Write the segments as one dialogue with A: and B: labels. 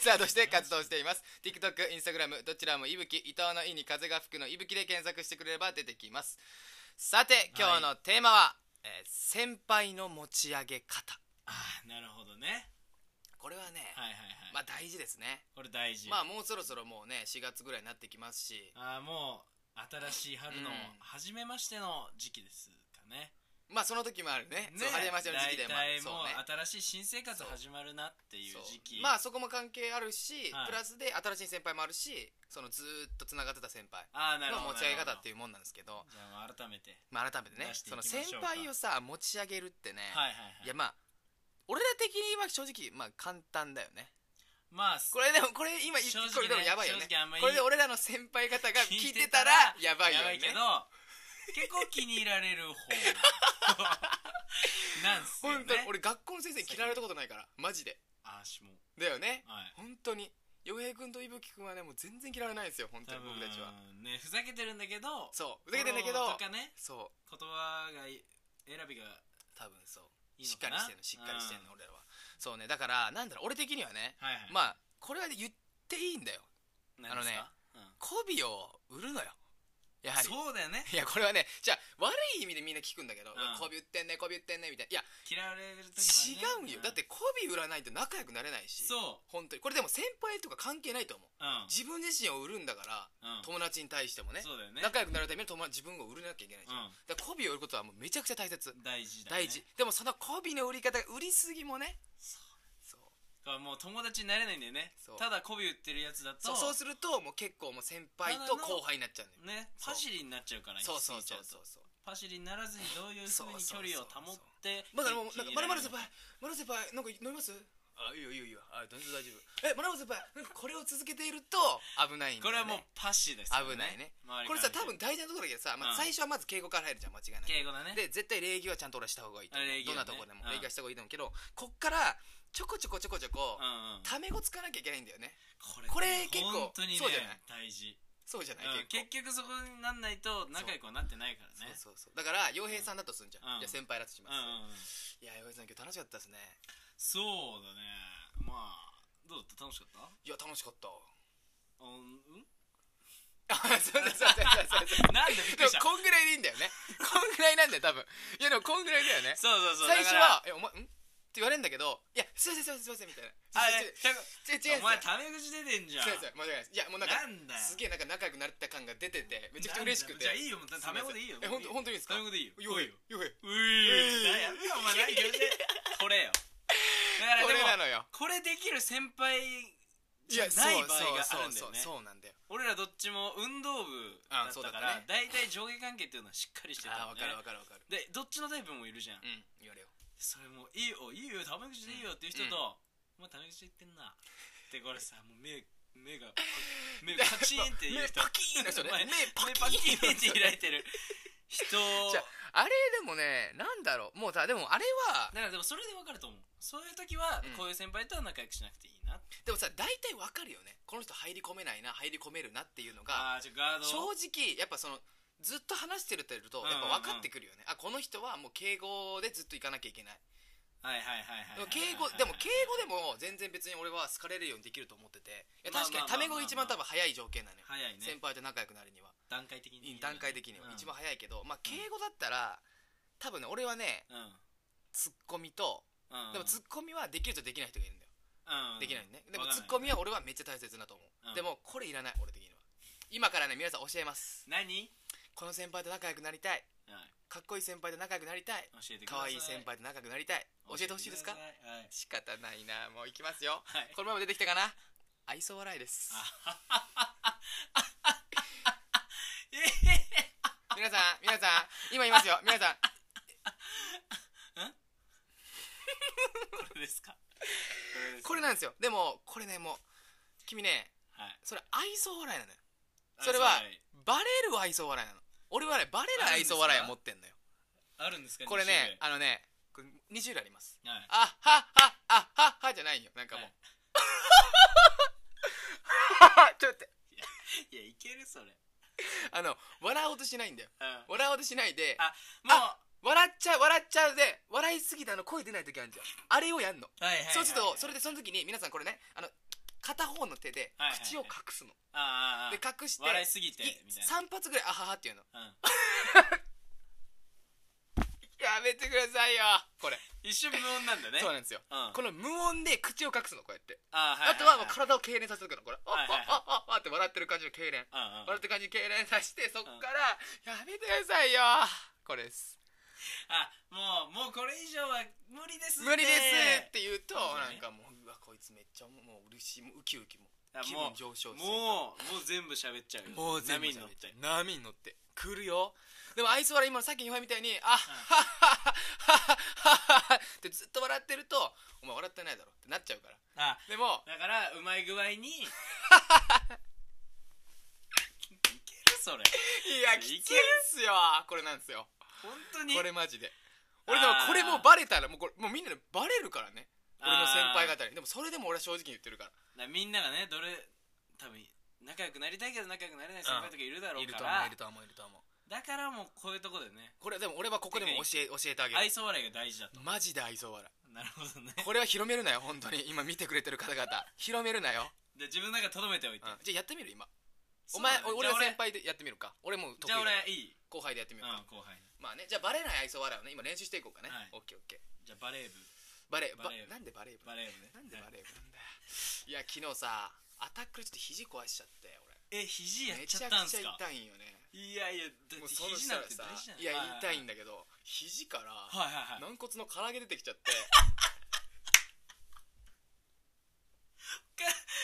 A: ツアーとして活動しています TikTok、Instagram どちらもいぶき伊藤の「い」に風が吹くの「いぶき」で検索してくれれば出てきますさて今日のテーマは、えー先輩の持ち上げ方
B: あーなるほどね
A: これはね、
B: はいはいはい、
A: まあ大事ですね
B: これ大事、
A: まあもうそろそろもうね4月ぐらいになってきますし
B: あーもう新しい春の
A: うん
B: 初めましての時期ですかね、
A: まあその時もあるねそう始めましての時期でもある
B: 大体も
A: そうね
B: う新しい新生活始まるなっていう時期
A: そうまあそこも関係あるし、
B: はい
A: プラスで新しい先輩もあるしそのずーっとつながってた先輩
B: あーなるほ
A: の
B: ど
A: 持ち上げ
B: なる
A: 方
B: ほど
A: っていうもんなんですけど、
B: じゃあもう改めて
A: まあ、改めてね
B: 出してい
A: その
B: きましょう
A: 先
B: か
A: 輩をさ持ち上げるってね、
B: はいはい
A: いや
B: はい
A: まあ俺ら的には正直まあ簡単だよね
B: まあ
A: これでもこれ今一
B: 正直
A: 個で
B: ね
A: もやばいよね
B: 正直あんまり
A: これで俺らの先輩方が聞い
B: 聞い
A: て
B: て
A: た
B: た
A: ら
B: ら
A: やばいよ
B: やば
A: ね
B: いけど結構気に入られる方なんすよ
A: 本
B: ね
A: 当に俺学校の先生に嫌われたことないからマジで
B: あーしも
A: だよね
B: はい
A: 本当に洋平君と伊吹君はねもう全然嫌われないですよ本当
B: 多
A: に
B: 分
A: 僕たちは
B: ねふざけてるんだけど
A: そうふざけてんだけど
B: フォローとかね
A: そう
B: 言葉がい選びが
A: 多分そう
B: いい
A: し
B: の
A: っか
B: か
A: り
B: な
A: してんのしっかりしてんの俺らはそうねだからなんだろう俺的にはね
B: はいはい
A: まあこれは言っていいんだよ
B: 何ですか
A: 媚びを売るのよや
B: うん
A: はり
B: そうだよね
A: いやこれはねじゃあ悪い意味でみんな聞くんだけど
B: ん
A: いや媚び売ってんね媚び売ってんねみたいないや
B: 嫌われる時もあ
A: 違
B: るね
A: うよだって媚び売らないと仲良くなれないし
B: そ
A: 本当にこれでも先輩とか関係ないと思う
B: ううん
A: 自分自身を売るんだから
B: うん
A: 友達に対してもね
B: そうだよね
A: 仲良くなるために友達自分を売らなきゃいけないじゃん
B: う
A: だから媚びを売ることはもうめちゃくちゃ大切
B: ん大事だね
A: 大事でもその媚びの売り方売りすぎもねそう
B: だからもう友達になれないんだよね
A: そう
B: ただ媚び売ってるやつだ
A: そ
B: と
A: うそうするともう結構もう先輩と後輩になっちゃうんだよ
B: ね
A: そう
B: パシリになっちゃうから
A: そうそうそう
B: 言い過ぎち
A: そう
B: ゃうと
A: そう
B: パシリにならずにどういうふうに距離を保って
A: まだもうなんかまだまだ
B: 生
A: 先
B: き
A: 輩まだ先輩なんか飲みますあいいよいいよいいよあ全然大丈夫えまだまだ先輩なんかこれを続けていると危ないんだ
B: これ
A: よ
B: はもう
A: ね
B: パシです
A: 危ないね
B: 周り
A: こ
B: か
A: れ
B: ら
A: さ
B: 見て
A: 多分大事なところだけどさ、ま
B: う
A: あ、
B: ん
A: 最初はまず敬語から入るじゃん間違いなく
B: 敬語だね
A: で絶対礼儀はちゃんと俺はした方がいいと思う
B: あ礼儀
A: どん
B: は
A: な
B: ね
A: ところでも
B: うん
A: 礼儀はした方がいいと思うけどこっからちょこちょこちょこちょこ
B: うんうん
A: タメ語つかなきゃいけないんだよねこ
B: こ
A: れ
B: れ
A: 結構
B: 本当にね
A: そうじゃない
B: 大事
A: そうじゃない、
B: うん
A: 結構
B: 結局そこになんないと仲良くはなってないからね
A: そうそうそうだから洋平さんだとすんじゃん、
B: うん
A: じゃあ先輩だとしま
B: う
A: す、
B: んうんうん
A: いや洋平さん今日楽しかったですね
B: そうだねまあどうだった楽しかった
A: いや楽しかった
B: うんうん
A: あそうそうそうそうそう
B: なんでびっくりした
A: でもこんぐらいでいいんだよねこんぐらいなんだよ多分いやでもこんぐらいだよね
B: そうそうそう
A: 最初
B: だから
A: は「えお前ん?」って言われるんだけど「いやすいませんすいませんすいません」みたいな「
B: あ
A: 違
B: れ
A: う違う違う違う違う
B: お前タメ口出てんじゃ
A: 違
B: ん
A: う違う間違いないですいやもうなんか
B: なんだよ
A: すげえなんか仲良くなった感が出ててめちゃくちゃ嬉しくて
B: じゃあいいよもうタメ語でいいよ
A: え本当本当にいいですか
B: タメ語でいいよ
A: よいよよいよ
B: ういやっぱお前何言うて これよだから
A: これな
B: でも
A: のよ
B: これできる先輩
A: い
B: じゃ
A: や
B: ない場合があるんだ
A: そ
B: よ
A: うそう
B: ね
A: そうそうなんだよ
B: 俺らどっちも運動部だったか
A: あそうだったね
B: ら大体上下関係っていうのはしっかりしてた
A: あ
B: の
A: 分
B: ね
A: かる分かる分かる
B: でどっちのタイプもいるじゃん
A: うん言われよ
B: それもういいよいいよタメ口でいいよっていう人と「お前タメ口言ってんな」ってこれさもう 目目が目がパチンっていう人
A: 目パキーンの人ね
B: お前
A: 目
B: 目
A: パ
B: パ
A: キーン
B: キーンって開いてる人
A: じゃあれでもねなんだろうもうさでもあれは
B: だからでもそれでわかると思うそういう時は
A: うん
B: こういう先輩とは仲良くしなくていいなって
A: でもさ大体わかるよねこの人入り込めないな入り込めるなっていうのが
B: ああーじゃあガード
A: 正直やっぱそのずっと話してるってると
B: うんうん
A: や
B: う
A: っ
B: ん
A: ぱ分かってくるよね、あこの人はもう敬語でずっと行かなきゃいけない
B: はいはいはいはい
A: で
B: は
A: も
B: い
A: 敬語でも敬語でも全然別に俺は好かれるようにできると思ってていや
B: まあ
A: 確かにタメ語が一番多分早い条件なのよ
B: 早い
A: 先
B: ね
A: 輩と仲良くなるには
B: 段階的にね
A: 段階的には
B: うん
A: 一番早いけどまあ敬語だったら多分ね俺はね
B: うん
A: ツッコミと
B: うん
A: でもツッコミはできるとできない人がいるんだよ
B: うん
A: できないのねでも
B: わかん
A: ツ
B: ない
A: ッコミは俺はめっちゃ大切だと思う、
B: うん
A: でもこれいらない俺的には今からね皆さん教えます
B: 何
A: この先輩と仲良くなりたい
B: はい
A: かっこいい先輩と仲良くなりたい
B: 教えてく
A: 可
B: ださ
A: 愛
B: い
A: い先輩と仲良くなりたい教えてほしいですか
B: 教えてくださいはい
A: 仕方ないなもう行きますよ
B: はい
A: このまま出てきたかな愛想笑いです皆さん皆さん今いますよ皆さん
B: これですかこれです
A: これなんですよでもこれねもう君ね
B: はい
A: それ愛想笑いなのよそれはバレる愛想笑いなの俺はねバレる愛想笑いを持ってんのよ
B: あるんですか
A: これね
B: あ
A: あのねこれ2種類あります
B: はい
A: あはっはっはっはっはじゃないよなんかもう、
B: は
A: ちょっと待って
B: いやいけるそれ
A: あの笑おうとしないんだよ
B: うん
A: 笑おうとしないで
B: あもう
A: 笑っちゃう笑っちゃうで笑いすぎてあの声出ない時あるじゃんあれをやんの
B: はいはいはい
A: そうするとそれでその時に皆さんこれねあの片方の手で
B: はいはいはい
A: 口を隠すの、
B: ああああ
A: で隠して
B: 笑いすぎてみたい
A: 3発ぐらい「あはは」って言うの
B: な、うん、
A: やめてくださいよこれ
B: 一瞬無音なんだね
A: そうなんですよ
B: うん
A: この無音で口を隠すのこうやって
B: あ
A: あとはもう体を痙攣させるからこれ「あっ
B: はいはいはい
A: あっあっあっ」って笑ってる感じの痙攣
B: うんうん
A: 笑ってる感じの痙攣させてそっから「やめてくださいよ」これです
B: あもうもうこれ以上は無理ですって
A: 無理ですって言うと
B: そうだ
A: な
B: ね
A: んかもううわこいつめっちゃもう嬉しいもうウキウキも
B: あ
A: 気
B: も
A: 分
B: う
A: 上昇して
B: もうもう全部喋っちゃうよ
A: もう全部
B: 波に乗って
A: 波に乗って来るよでもあいつは今さっきの岩井みたいに「あはっはっはっはっはっは」ってずっと笑ってると「お前笑ってないだろ」ってなっちゃうから
B: あ
A: でも
B: だからうまい具合にい けるそれ
A: いやきついっすよこれなんですよ
B: 本当に
A: これマジで
B: あー
A: 俺でもこれもうバレたらもうこれもうみんなにバレるからね
B: あー
A: 俺の先輩方にでもそれでも俺は正直に言ってるから
B: なみんながねどれ多分仲良くなりたいけど仲良くなれない先輩とかいるだろ
A: いうると
B: か
A: 思う
B: ら
A: いると思ういると思う
B: だからもうこういうとこでね
A: これでも俺はここでも教え教えてあげ
B: 愛
A: る
B: 想笑いが大事だと
A: マジで愛想笑
B: なるほどね
A: いこれは広めるなよ本当に今見てくれてる方々広めるな よ、
B: で自分の中とどめておいて
A: うんじゃあやってみる今
B: そ
A: お
B: うだ
A: 前
B: ね
A: 俺
B: じゃ
A: は
B: あ
A: 先輩でやってみるか俺もう得意
B: じゃ
A: だ
B: あ
A: か
B: 俺
A: ら
B: いい
A: 後輩でやってみ
B: う
A: る
B: ん
A: か、
B: 後輩
A: まあねじゃあバレない愛想笑いをね今練習していこうかね、
B: はい
A: オッケーオッケー
B: じゃあバレー部
A: バレーバ
B: バレー
A: なんでバレー部
B: バレー部ね
A: なんでバ
B: はい
A: レー部なんだよいや昨日さアタックでちょっと肘壊しちゃって
B: え肘や
A: 俺め
B: っち
A: ち
B: ゃ
A: ゃ
B: ったん
A: く
B: す
A: ちゃ
B: か
A: 痛いんよね
B: いやいやだって
A: もうその
B: 肘
A: した
B: な
A: ら
B: んて
A: さ
B: 大事じゃない
A: いや痛いん
B: だ
A: だけど肘から
B: はいはいはい
A: 軟骨の唐揚げ出てきちゃって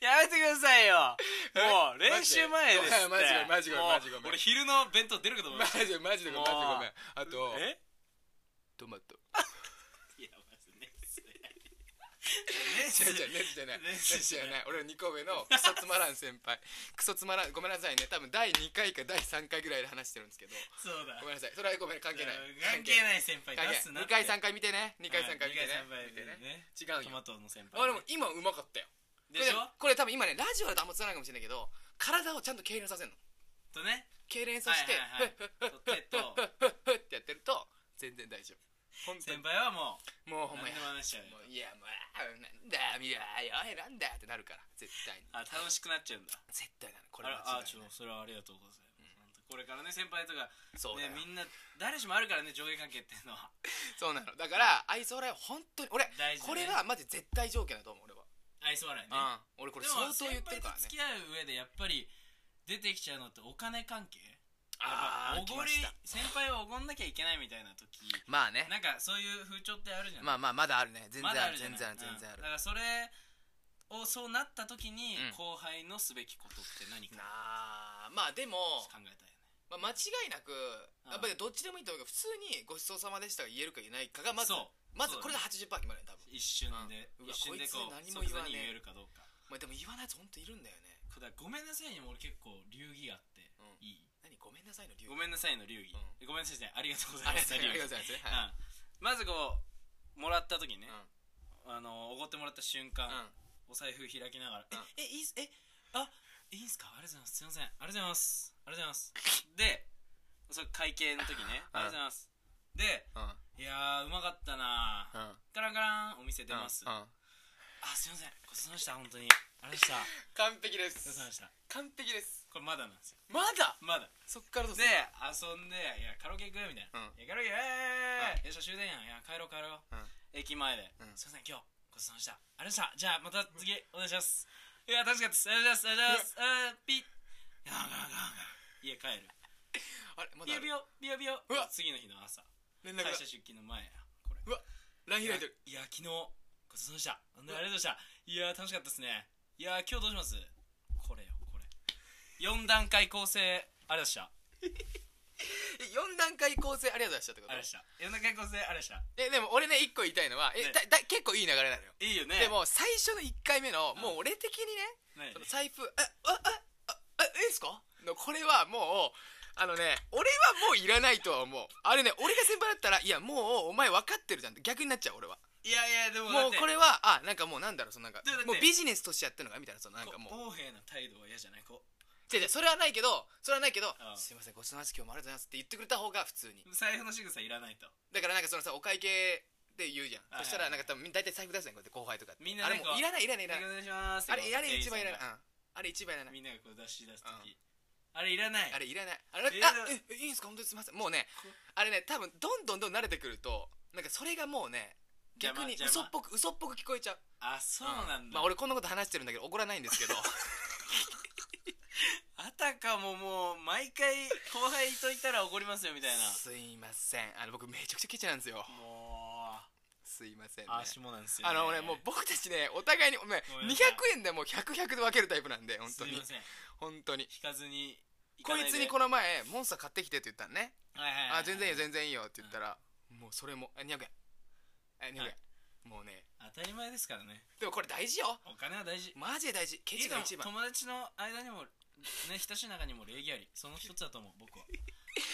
B: やめてくださいよもう
A: え
B: 練習前ですって
A: マジでマジで
B: もう
A: マジでごめん
B: 俺昼の弁当出るかと思い
A: マ
B: ました
A: ジでマジでごめんマジでごめんあと
B: え
A: トマト
B: いやまずね
A: 違う違う熱じゃない
B: 熱
A: 熱じ
B: じ
A: ゃ
B: ゃ
A: ない俺の2個上のクソつまらん先輩クソつまらんごめんなさいね多分第2回か第3回ぐらいで話してるんですけど
B: そうだ
A: ごめんなさいそれはごめん関係ない
B: 関係ない先輩
A: 関
B: 出
A: 係
B: す
A: な
B: ない
A: 2回3回見てね2回3回見てね見て
B: 見て
A: ね
B: ね
A: 違う
B: ト
A: よ
B: マトの先輩
A: あでも今うまかったよ
B: でし
A: こ
B: ょ
A: れこれ多分今ねラジオだとあんまつらないかもしれないけど体をちゃんと痙攣させるの
B: とね
A: 痙攣させて
B: はいはいはい
A: ふっふっふっふっふっふっってやってると全然大丈夫本当
B: 先
A: に
B: 輩はも
A: もう
B: う
A: ほんま
B: 何
A: や
B: でも話しちゃう
A: もういやもうあーなんだいやいやいやなんだってなるから絶対に
B: あ楽しくなっちゃうんだ
A: 絶対なのこ
B: あ
A: れ
B: ら
A: は
B: あちょっとそれはありがとうございますこれからね先輩とか
A: そうだ
B: ね
A: よ、
B: みんな誰しもあるからね上下関係っていうのは
A: そうなのだから愛想笑いは本当に俺、
B: 大事
A: これはマジ絶対条件だと思う俺は、
B: 愛想笑いね
A: うん俺これ
B: で
A: 相
B: も
A: 当言ってるからね
B: 先輩と付き合う上でやっぱり出てきちゃうのってお金関係
A: ああ
B: やっぱおごり
A: 来ました
B: 先輩をおごんなきゃいけないみたいな時
A: まあね
B: なんかそういう風潮ってあるじゃん
A: まあまあまだあるね全然
B: まだ
A: あ
B: あ
A: る
B: るじゃ
A: 全
B: ない
A: 然ある全然あ
B: う
A: る
B: んだからそれをそうなった時に
A: うん
B: 後輩のすべきことって何
A: な
B: か
A: あまあでも、
B: 考えたいよね
A: まあ、間違いなく
B: うん
A: やっぱりどっちでもいいと思うけど普通にごちそうさまでしたが言えるか言えないかがまず
B: そう
A: まず
B: そう
A: これで80%決まるね多分、
B: 一瞬で
A: うんうわ
B: 一瞬で
A: こいつ何も
B: こう
A: 言
B: 即座
A: わねえ
B: に言えるかどうか
A: まあ、でも言わないやつ本当いるんだよね
B: これだごめんなさいにも俺結構流儀があって
A: うん
B: いい
A: 何ごめんなさいの理由
B: ごめんなさいの流儀
A: う
B: ごめんなさいじゃないありがとうござ
A: あ
B: いま
A: りがとうございますありがとうございますはい、
B: すうんまずこうもらった時にね
A: うん
B: あのおごってもらった瞬間
A: うん
B: お財布開きながら「
A: うん
B: ええいいっすえあいいんすかありがとうございますすいませんありがとうございますありがとうございます」でそれ会計の時ね「
A: うん
B: ありがとうございます」で
A: うん
B: 「いやーうまかったなー
A: うん
B: カランカランお店出ます」
A: う
B: あ
A: んうん
B: すいませんごちそうさまでした本当にありがとうございました
A: 完璧で
B: ごちそうさますでした
A: 完璧です
B: これまだなんですよ
A: まだ
B: まだ
A: そっからどう
B: です
A: る
B: 遊んで「いやカラオケ行く?」みたいな
A: う
B: 「いやカラオケイエーイよっしゃ終電やんいや帰ろう帰ろう」駅前で、
A: うん
B: すいません今日ごちそうさまでしたありがとうございましたじゃあまた次お願いしますいや楽しかったですありがとうございますありがとうございますあーピッガンガンガンガン家帰る
A: あれま
B: ビ
A: だある
B: ヨビヨビヨビヨ
A: うわ
B: 次の日の朝
A: 連絡
B: 会
A: が
B: 社出勤の前やこれ
A: うわ LINE 開いてる
B: いやいや昨日ごちそうさまでしたありがとうございましたいや楽しかったですねいや今日どうしますこれよこれ4段階構成ありがとうございました
A: え四段階構成ありがとうございましたってこ
B: ありがとうござい
A: と
B: ました4段階構成ありがとうございました
A: えでも俺ね一個言いたいのはえ、
B: ね
A: だだ結構いい流れなのよ、
B: いいよね
A: でも最初の1回目のもう俺的にね、
B: 何
A: その財布「えああああえいいっすか?」のこれはもうあのね俺はもういらないとは思うあれね俺が先輩だったら「いやもうお前分かってるじゃん」って逆になっちゃう俺はい
B: やいやでもだ
A: も
B: っ
A: う
B: て
A: これはあなんかもうなんだろうそのなんか
B: でもだって
A: もうビジネスとしてやってるのかみたいなそのなんかもう
B: こう横柄な態度は嫌じゃないこう
A: 違う違うそれはないけどそれはないけど
B: う
A: 「
B: ん
A: すいませんごちそうさまです今日もありがとうございます」って言ってくれた方が普通に
B: 財布の仕草いらないと
A: だからなんかそのさお会計って言うじゃん、
B: はいはいはい
A: そしたらなんか多分みんな大体財布出すねこうやって後輩とかって
B: みんな
A: あ
B: ね
A: れもういらないいらないいら
B: お
A: ない
B: 願いします
A: あれいらない一番いらない、
B: 店員さん
A: うん、あれ一番いらな
B: が
A: い
B: みんながこう出し出す
A: う
B: 時あれいらない
A: あれいらないあれあ
B: いらない
A: ええいいんですか本当にすみませんもうねあれね多分どんどんどんどん慣れてくるとなんかそれがもうね
B: 邪魔
A: 逆に
B: 邪
A: 嘘
B: 魔
A: っぽく嘘っぽく聞こえちゃう
B: あそうなんだ
A: まあ俺こんなこと話してるんだけど怒らないんですけ ど
B: あたかももう毎回後輩といたら怒りますよみたいな
A: すいませんあの僕めちゃくちゃケチなんですよ
B: も
A: すいません
B: う
A: ね
B: あしもなんですよ
A: あの俺もう僕たちねお互いにお前
B: ごめんなさい
A: 200円でもう100、100で分けるタイプなんで本当
B: すい
A: に
B: ません
A: 本当に
B: 引かずに行
A: こ
B: かないで
A: つにこの前モンスター買ってきてって言ったのね
B: はいはいはい
A: あ全然いいよ全然いいよって言ったらもうそれもあ200円あ200円
B: はい
A: もうね
B: 当たり前ですからね
A: でもこれ大事よ
B: お金は大事
A: マジで大事ケチが一番
B: いい友達の間にもね親しい中にも礼儀ありその一つだと思う僕は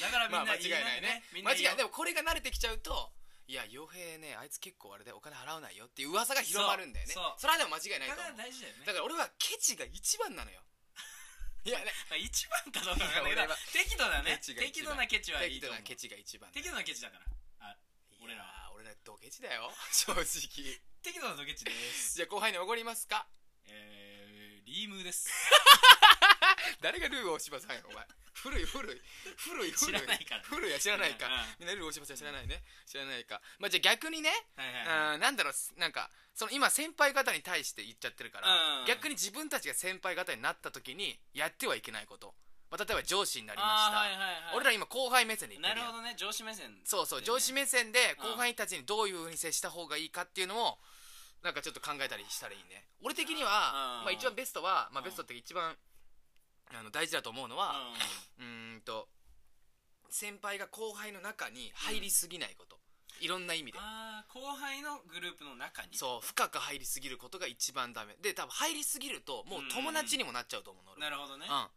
B: だからみん
A: まあ
B: な
A: 間違
B: 言
A: いないね
B: みんな
A: 間違いないで
B: も
A: もこれが慣れてきちゃうといや傭兵ねあいつ結構あれでお金払わないよっていう噂が広まるんだよね
B: そうそう
A: それはでも間違いないと
B: だから
A: 思う
B: 大事だよね
A: だから俺はケチが一番な のよいやね
B: まあ一番かどうかわかんない
A: いや
B: け
A: 俺
B: ど
A: は
B: 適度だね
A: ケチが一番
B: 適度なケチはい
A: 適
B: いと
A: 度
B: 思う
A: なケチが一番
B: 適度なケチだからあ俺ら
A: は俺らドケチだよ正直
B: 適度なケ チです
A: じゃあ後輩におごりますか
B: えー、リームー です
A: 誰がルー大柴さんやお前古い古い古い古い
B: 知らないから
A: 古いは知らないか
B: う
A: み
B: んうん
A: んなルー大柴さん知らないね知らないかまあじゃあ逆にね
B: はいはいはい
A: うんなんだろうすなんかその今先輩方に対して言っちゃってるから
B: うんうんうん
A: 逆に自分たちが先輩方になった時にやってはいけないこと、まあ、例えば上司になりまし
B: あ
A: た、
B: ーはいはいはい
A: 俺ら今後輩目線で言って
B: な
A: る
B: る
A: やん
B: ほどね上司目線
A: そうそう、
B: でね
A: 上司目線で
B: うん
A: 後輩たちにどういうふうに接した方がいいかっていうのをなんかちょっと考えたりしたらいいね俺的には、
B: う
A: ま
B: ん
A: あ、一番ベストは、まあ、
B: うん
A: ベストって一番あの大事だと思うの
B: うん
A: はうーんと先輩が後輩の中に入りすぎないこと、いろんな意味で
B: あー後輩のグループの中に
A: そう深く入りすぎることが一番ダメで多分入りすぎるともう友達にもなっちゃうと思うの俺
B: な
A: は
B: るほどね
A: うん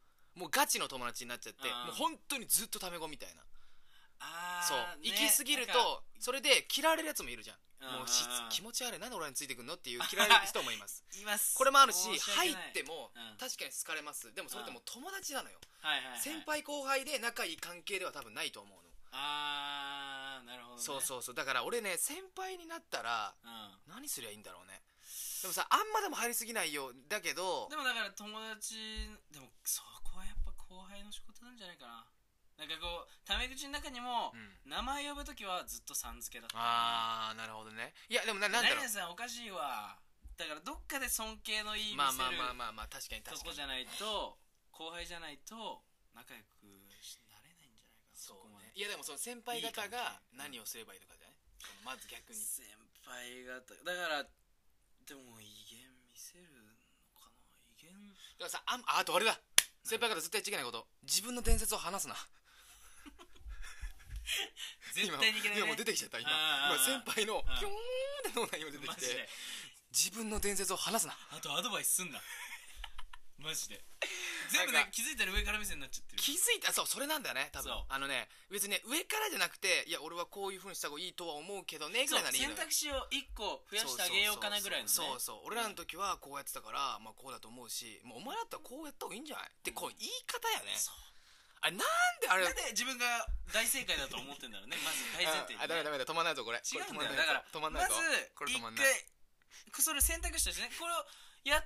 A: もうガチの友達になっちゃって
B: うん
A: もう本当にずっとタメ語みたいな
B: あー
A: そう
B: ね
A: 行き過ぎると
B: なんか
A: それで嫌われるやつもいるじゃん
B: うん
A: もうし
B: うん
A: 気持ち悪いなんで俺らについてくんのっていう 嫌いな人もいます
B: います
A: これもあるし
B: 申
A: 入
B: 訳
A: っ
B: ない
A: ても
B: うん
A: 確かに好かれますでもそれってもう友達なのよ
B: はいはいはい
A: 先輩後輩で仲いい関係では多分ないと思うの
B: あーなるほどね
A: そうそうそうだから俺ね先輩になったら
B: う
A: 何すりゃいいんだろうねでもさあんまでも入りすぎないようだけど
B: んでもだから友達でもそこはやっぱ後輩の仕事なんじゃないかななんかこうタメ口の中にも
A: うん
B: 名前呼ぶときはずっとさん付けだった
A: ああなるほどねいやでもななんだ
B: 何
A: ろ
B: 々
A: う
B: さんおかしいわだからどっかで尊敬のいい見せる
A: まあまあまあまあまあ確かに
B: と
A: 確か
B: こ
A: に
B: じゃないと後輩じゃないと仲良くしなれないんじゃないかな
A: そ
B: こ
A: う
B: まで
A: ねいやでもその先輩方が何をすればいいのかじゃないそのまず逆に
B: 先輩方だからでも威厳見せるのかな威厳
A: だからさあんああとあれだ先輩から絶対言っちゃいけないこと自分の伝説を話すな
B: 絶対にいけない、ね、
A: 今もう出てきちゃった今
B: あー
A: 今先輩の
B: あー
A: ピョーンって脳内今出て
B: マ
A: き
B: ジで
A: て自分の伝説を話すな
B: あとアドバイスすんなマジで全部ね気づいたら上から目線になっちゃってる
A: 気づいたそうそれなんだよね多分
B: そう
A: あのね別にね上からじゃなくていや俺はこういうふうにした方がいいとは思うけどねぐ
B: そう
A: らいならいいのよ
B: 選択肢を1個増やしてあげようかなぐらいのね
A: そうそうそう俺らの時はこうやってたから、まあ、こうだと思うしもうお前だったらこうやった方がいいんじゃないってこう言い方やね、
B: そう
A: あれなんであれ
B: なんで自分が大正解だと思ってんだ ろうねまず大前提
A: ああダメだダメだ止まんないぞこれ
B: 違うん
A: これ
B: だよ
A: 止ま
B: だから
A: 止まんないぞ
B: まず
A: これ
B: 一
A: 止ま
B: 回
A: んない
B: それ選択肢としてねこれをや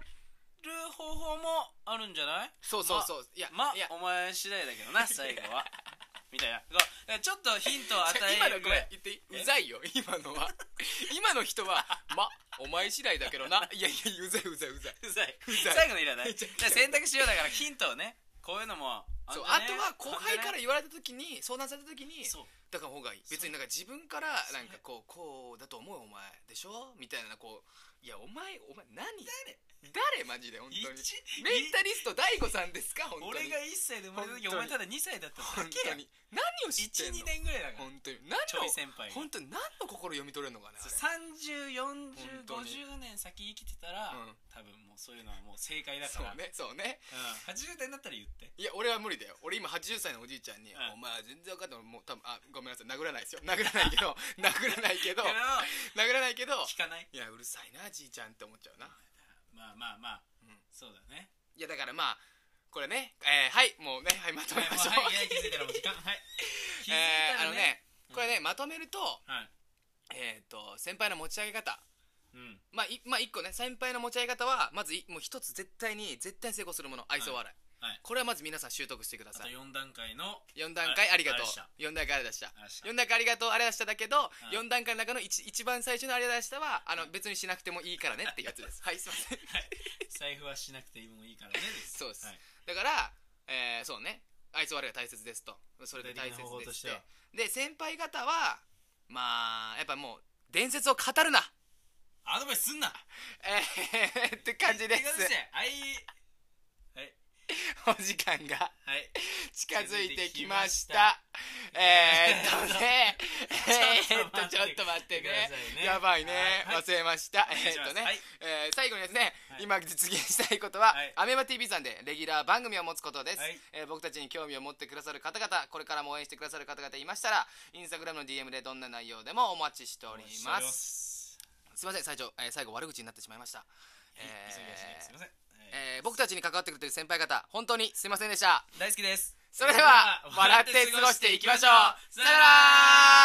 B: る方法もあるんじゃない
A: そうそうそう、いや、
B: まあ
A: いや
B: お前次第だけ どな最後はみたいなこうだからちょっとヒントを与え
A: 今の
B: る
A: こ
B: ぐら
A: れ
B: い
A: 言っていい
B: え
A: うざいよ今の は今の人はまお前次第だけどないやいやうざいうざいうざいう
B: ざいう
A: ざい
B: 最後のいら ない
A: めち
B: じ
A: ゃくちゃ
B: ゃあ選択肢をだからヒントをねこういうのも
A: そう
B: あ
A: あ
B: んだ
A: と
B: ね
A: は後輩か
B: あんだ
A: ら
B: ね
A: 言われた時に相談された時に
B: そう
A: だから方がいい
B: そう
A: 別になんか自分から
B: そう
A: なんかこうこうだと思うよお前でしょみたいなこういやお前お前何誰マジで本当に
B: 一
A: メンタリスト大悟さんですか本当
B: 俺
A: に
B: が1歳で生まれた時お前
A: 本当
B: ただ2歳だった
A: 本
B: だけ
A: 当
B: やん
A: に何を知ってんの
B: 12年ぐらいだから
A: 本当に何
B: ちょ
A: を
B: い先輩が
A: 本当に何の心読み取れるのかねあれ本当に
B: 304050年先生きてたら、
A: うん
B: 多分もうそういうのはもう正解だ
A: そ
B: から
A: うねそうね
B: うん、80代になったら言って
A: いや俺は無理だよ俺今80歳のおじいちゃんに「
B: う
A: お
B: ん
A: 前は全然分かってないもう多分あごめんなさい殴らないですよ殴らないけ ど殴らないけど
B: けど
A: 殴らないけど
B: 聞かない
A: いやうるさいなじいちゃん」って思っちゃうな
B: まあまあまあ、
A: うん
B: そうだね
A: いやだからまあこれねえーはいもうねはいまとめましょう、
B: はい、はい、気づいたらもう時間はい気づ い
A: えー
B: た
A: あ
B: ら
A: の
B: ね、
A: ねこれねまとめると、
B: はい、
A: えっ、と先輩の持ち上げ方
B: うん
A: まあ、いまあ、一個ね先輩の持ち上げ方はまずいもう一つ絶対に絶対に成功するもの愛想笑い、
B: はい
A: これはまず皆さん習得してくだ
B: あ
A: さ
B: と
A: い
B: 4段階の
A: 4段階ありがとう
B: あれでした
A: 4段階あれでした
B: あれでした
A: 4段階ありがとうあれでしただけど、
B: い
A: 四4段階の中の一一番最初のあれでしたはあの別にしなくてもいいからねっていうやつですはいすいません
B: 財布はしなくてもいいからねです
A: そうです
B: はい
A: だから、えーそうね愛想笑いが大切ですとそれで大切
B: 具体的な方法
A: で
B: と
A: す
B: しては
A: でで先輩方はまあやっぱもう伝説を語るな
B: アドバイスすんな
A: えー、って感 じです
B: 手が出せはいはい
A: お時間が
B: はい
A: 近づいてきました
B: 近
A: えー、
B: づいてき
A: っ
B: ました
A: とねえー、っ とち
B: ち
A: ょ
B: ょ
A: っ
B: っ
A: と
B: と
A: 待っ
B: 待ってて
A: ね
B: くださいね
A: やばいね、
B: はい
A: 忘れました
B: お願いし
A: えー、
B: ま
A: っ
B: す
A: とね、
B: はい
A: えー最後にですね、
B: はい
A: 今実現したいことは、
B: はい
A: アメバ TV さんでレギュラー番組を持つことです、
B: はい
A: えー僕たちに興味を持ってくださる方々これからも応援してくださる方々いましたらインスタグラムの DM でどんな内容でもお待ちしており
B: してお
A: ま
B: りますす
A: すいません最初、えー最後悪口になってしまいました、
B: はい急ぎ足ねすいませ
A: えー
B: んはい
A: えー僕たちに関わってくれてる先輩方本当にすいませんでした
B: 大好きです
A: それでは笑って過ごしていきましょうさよなら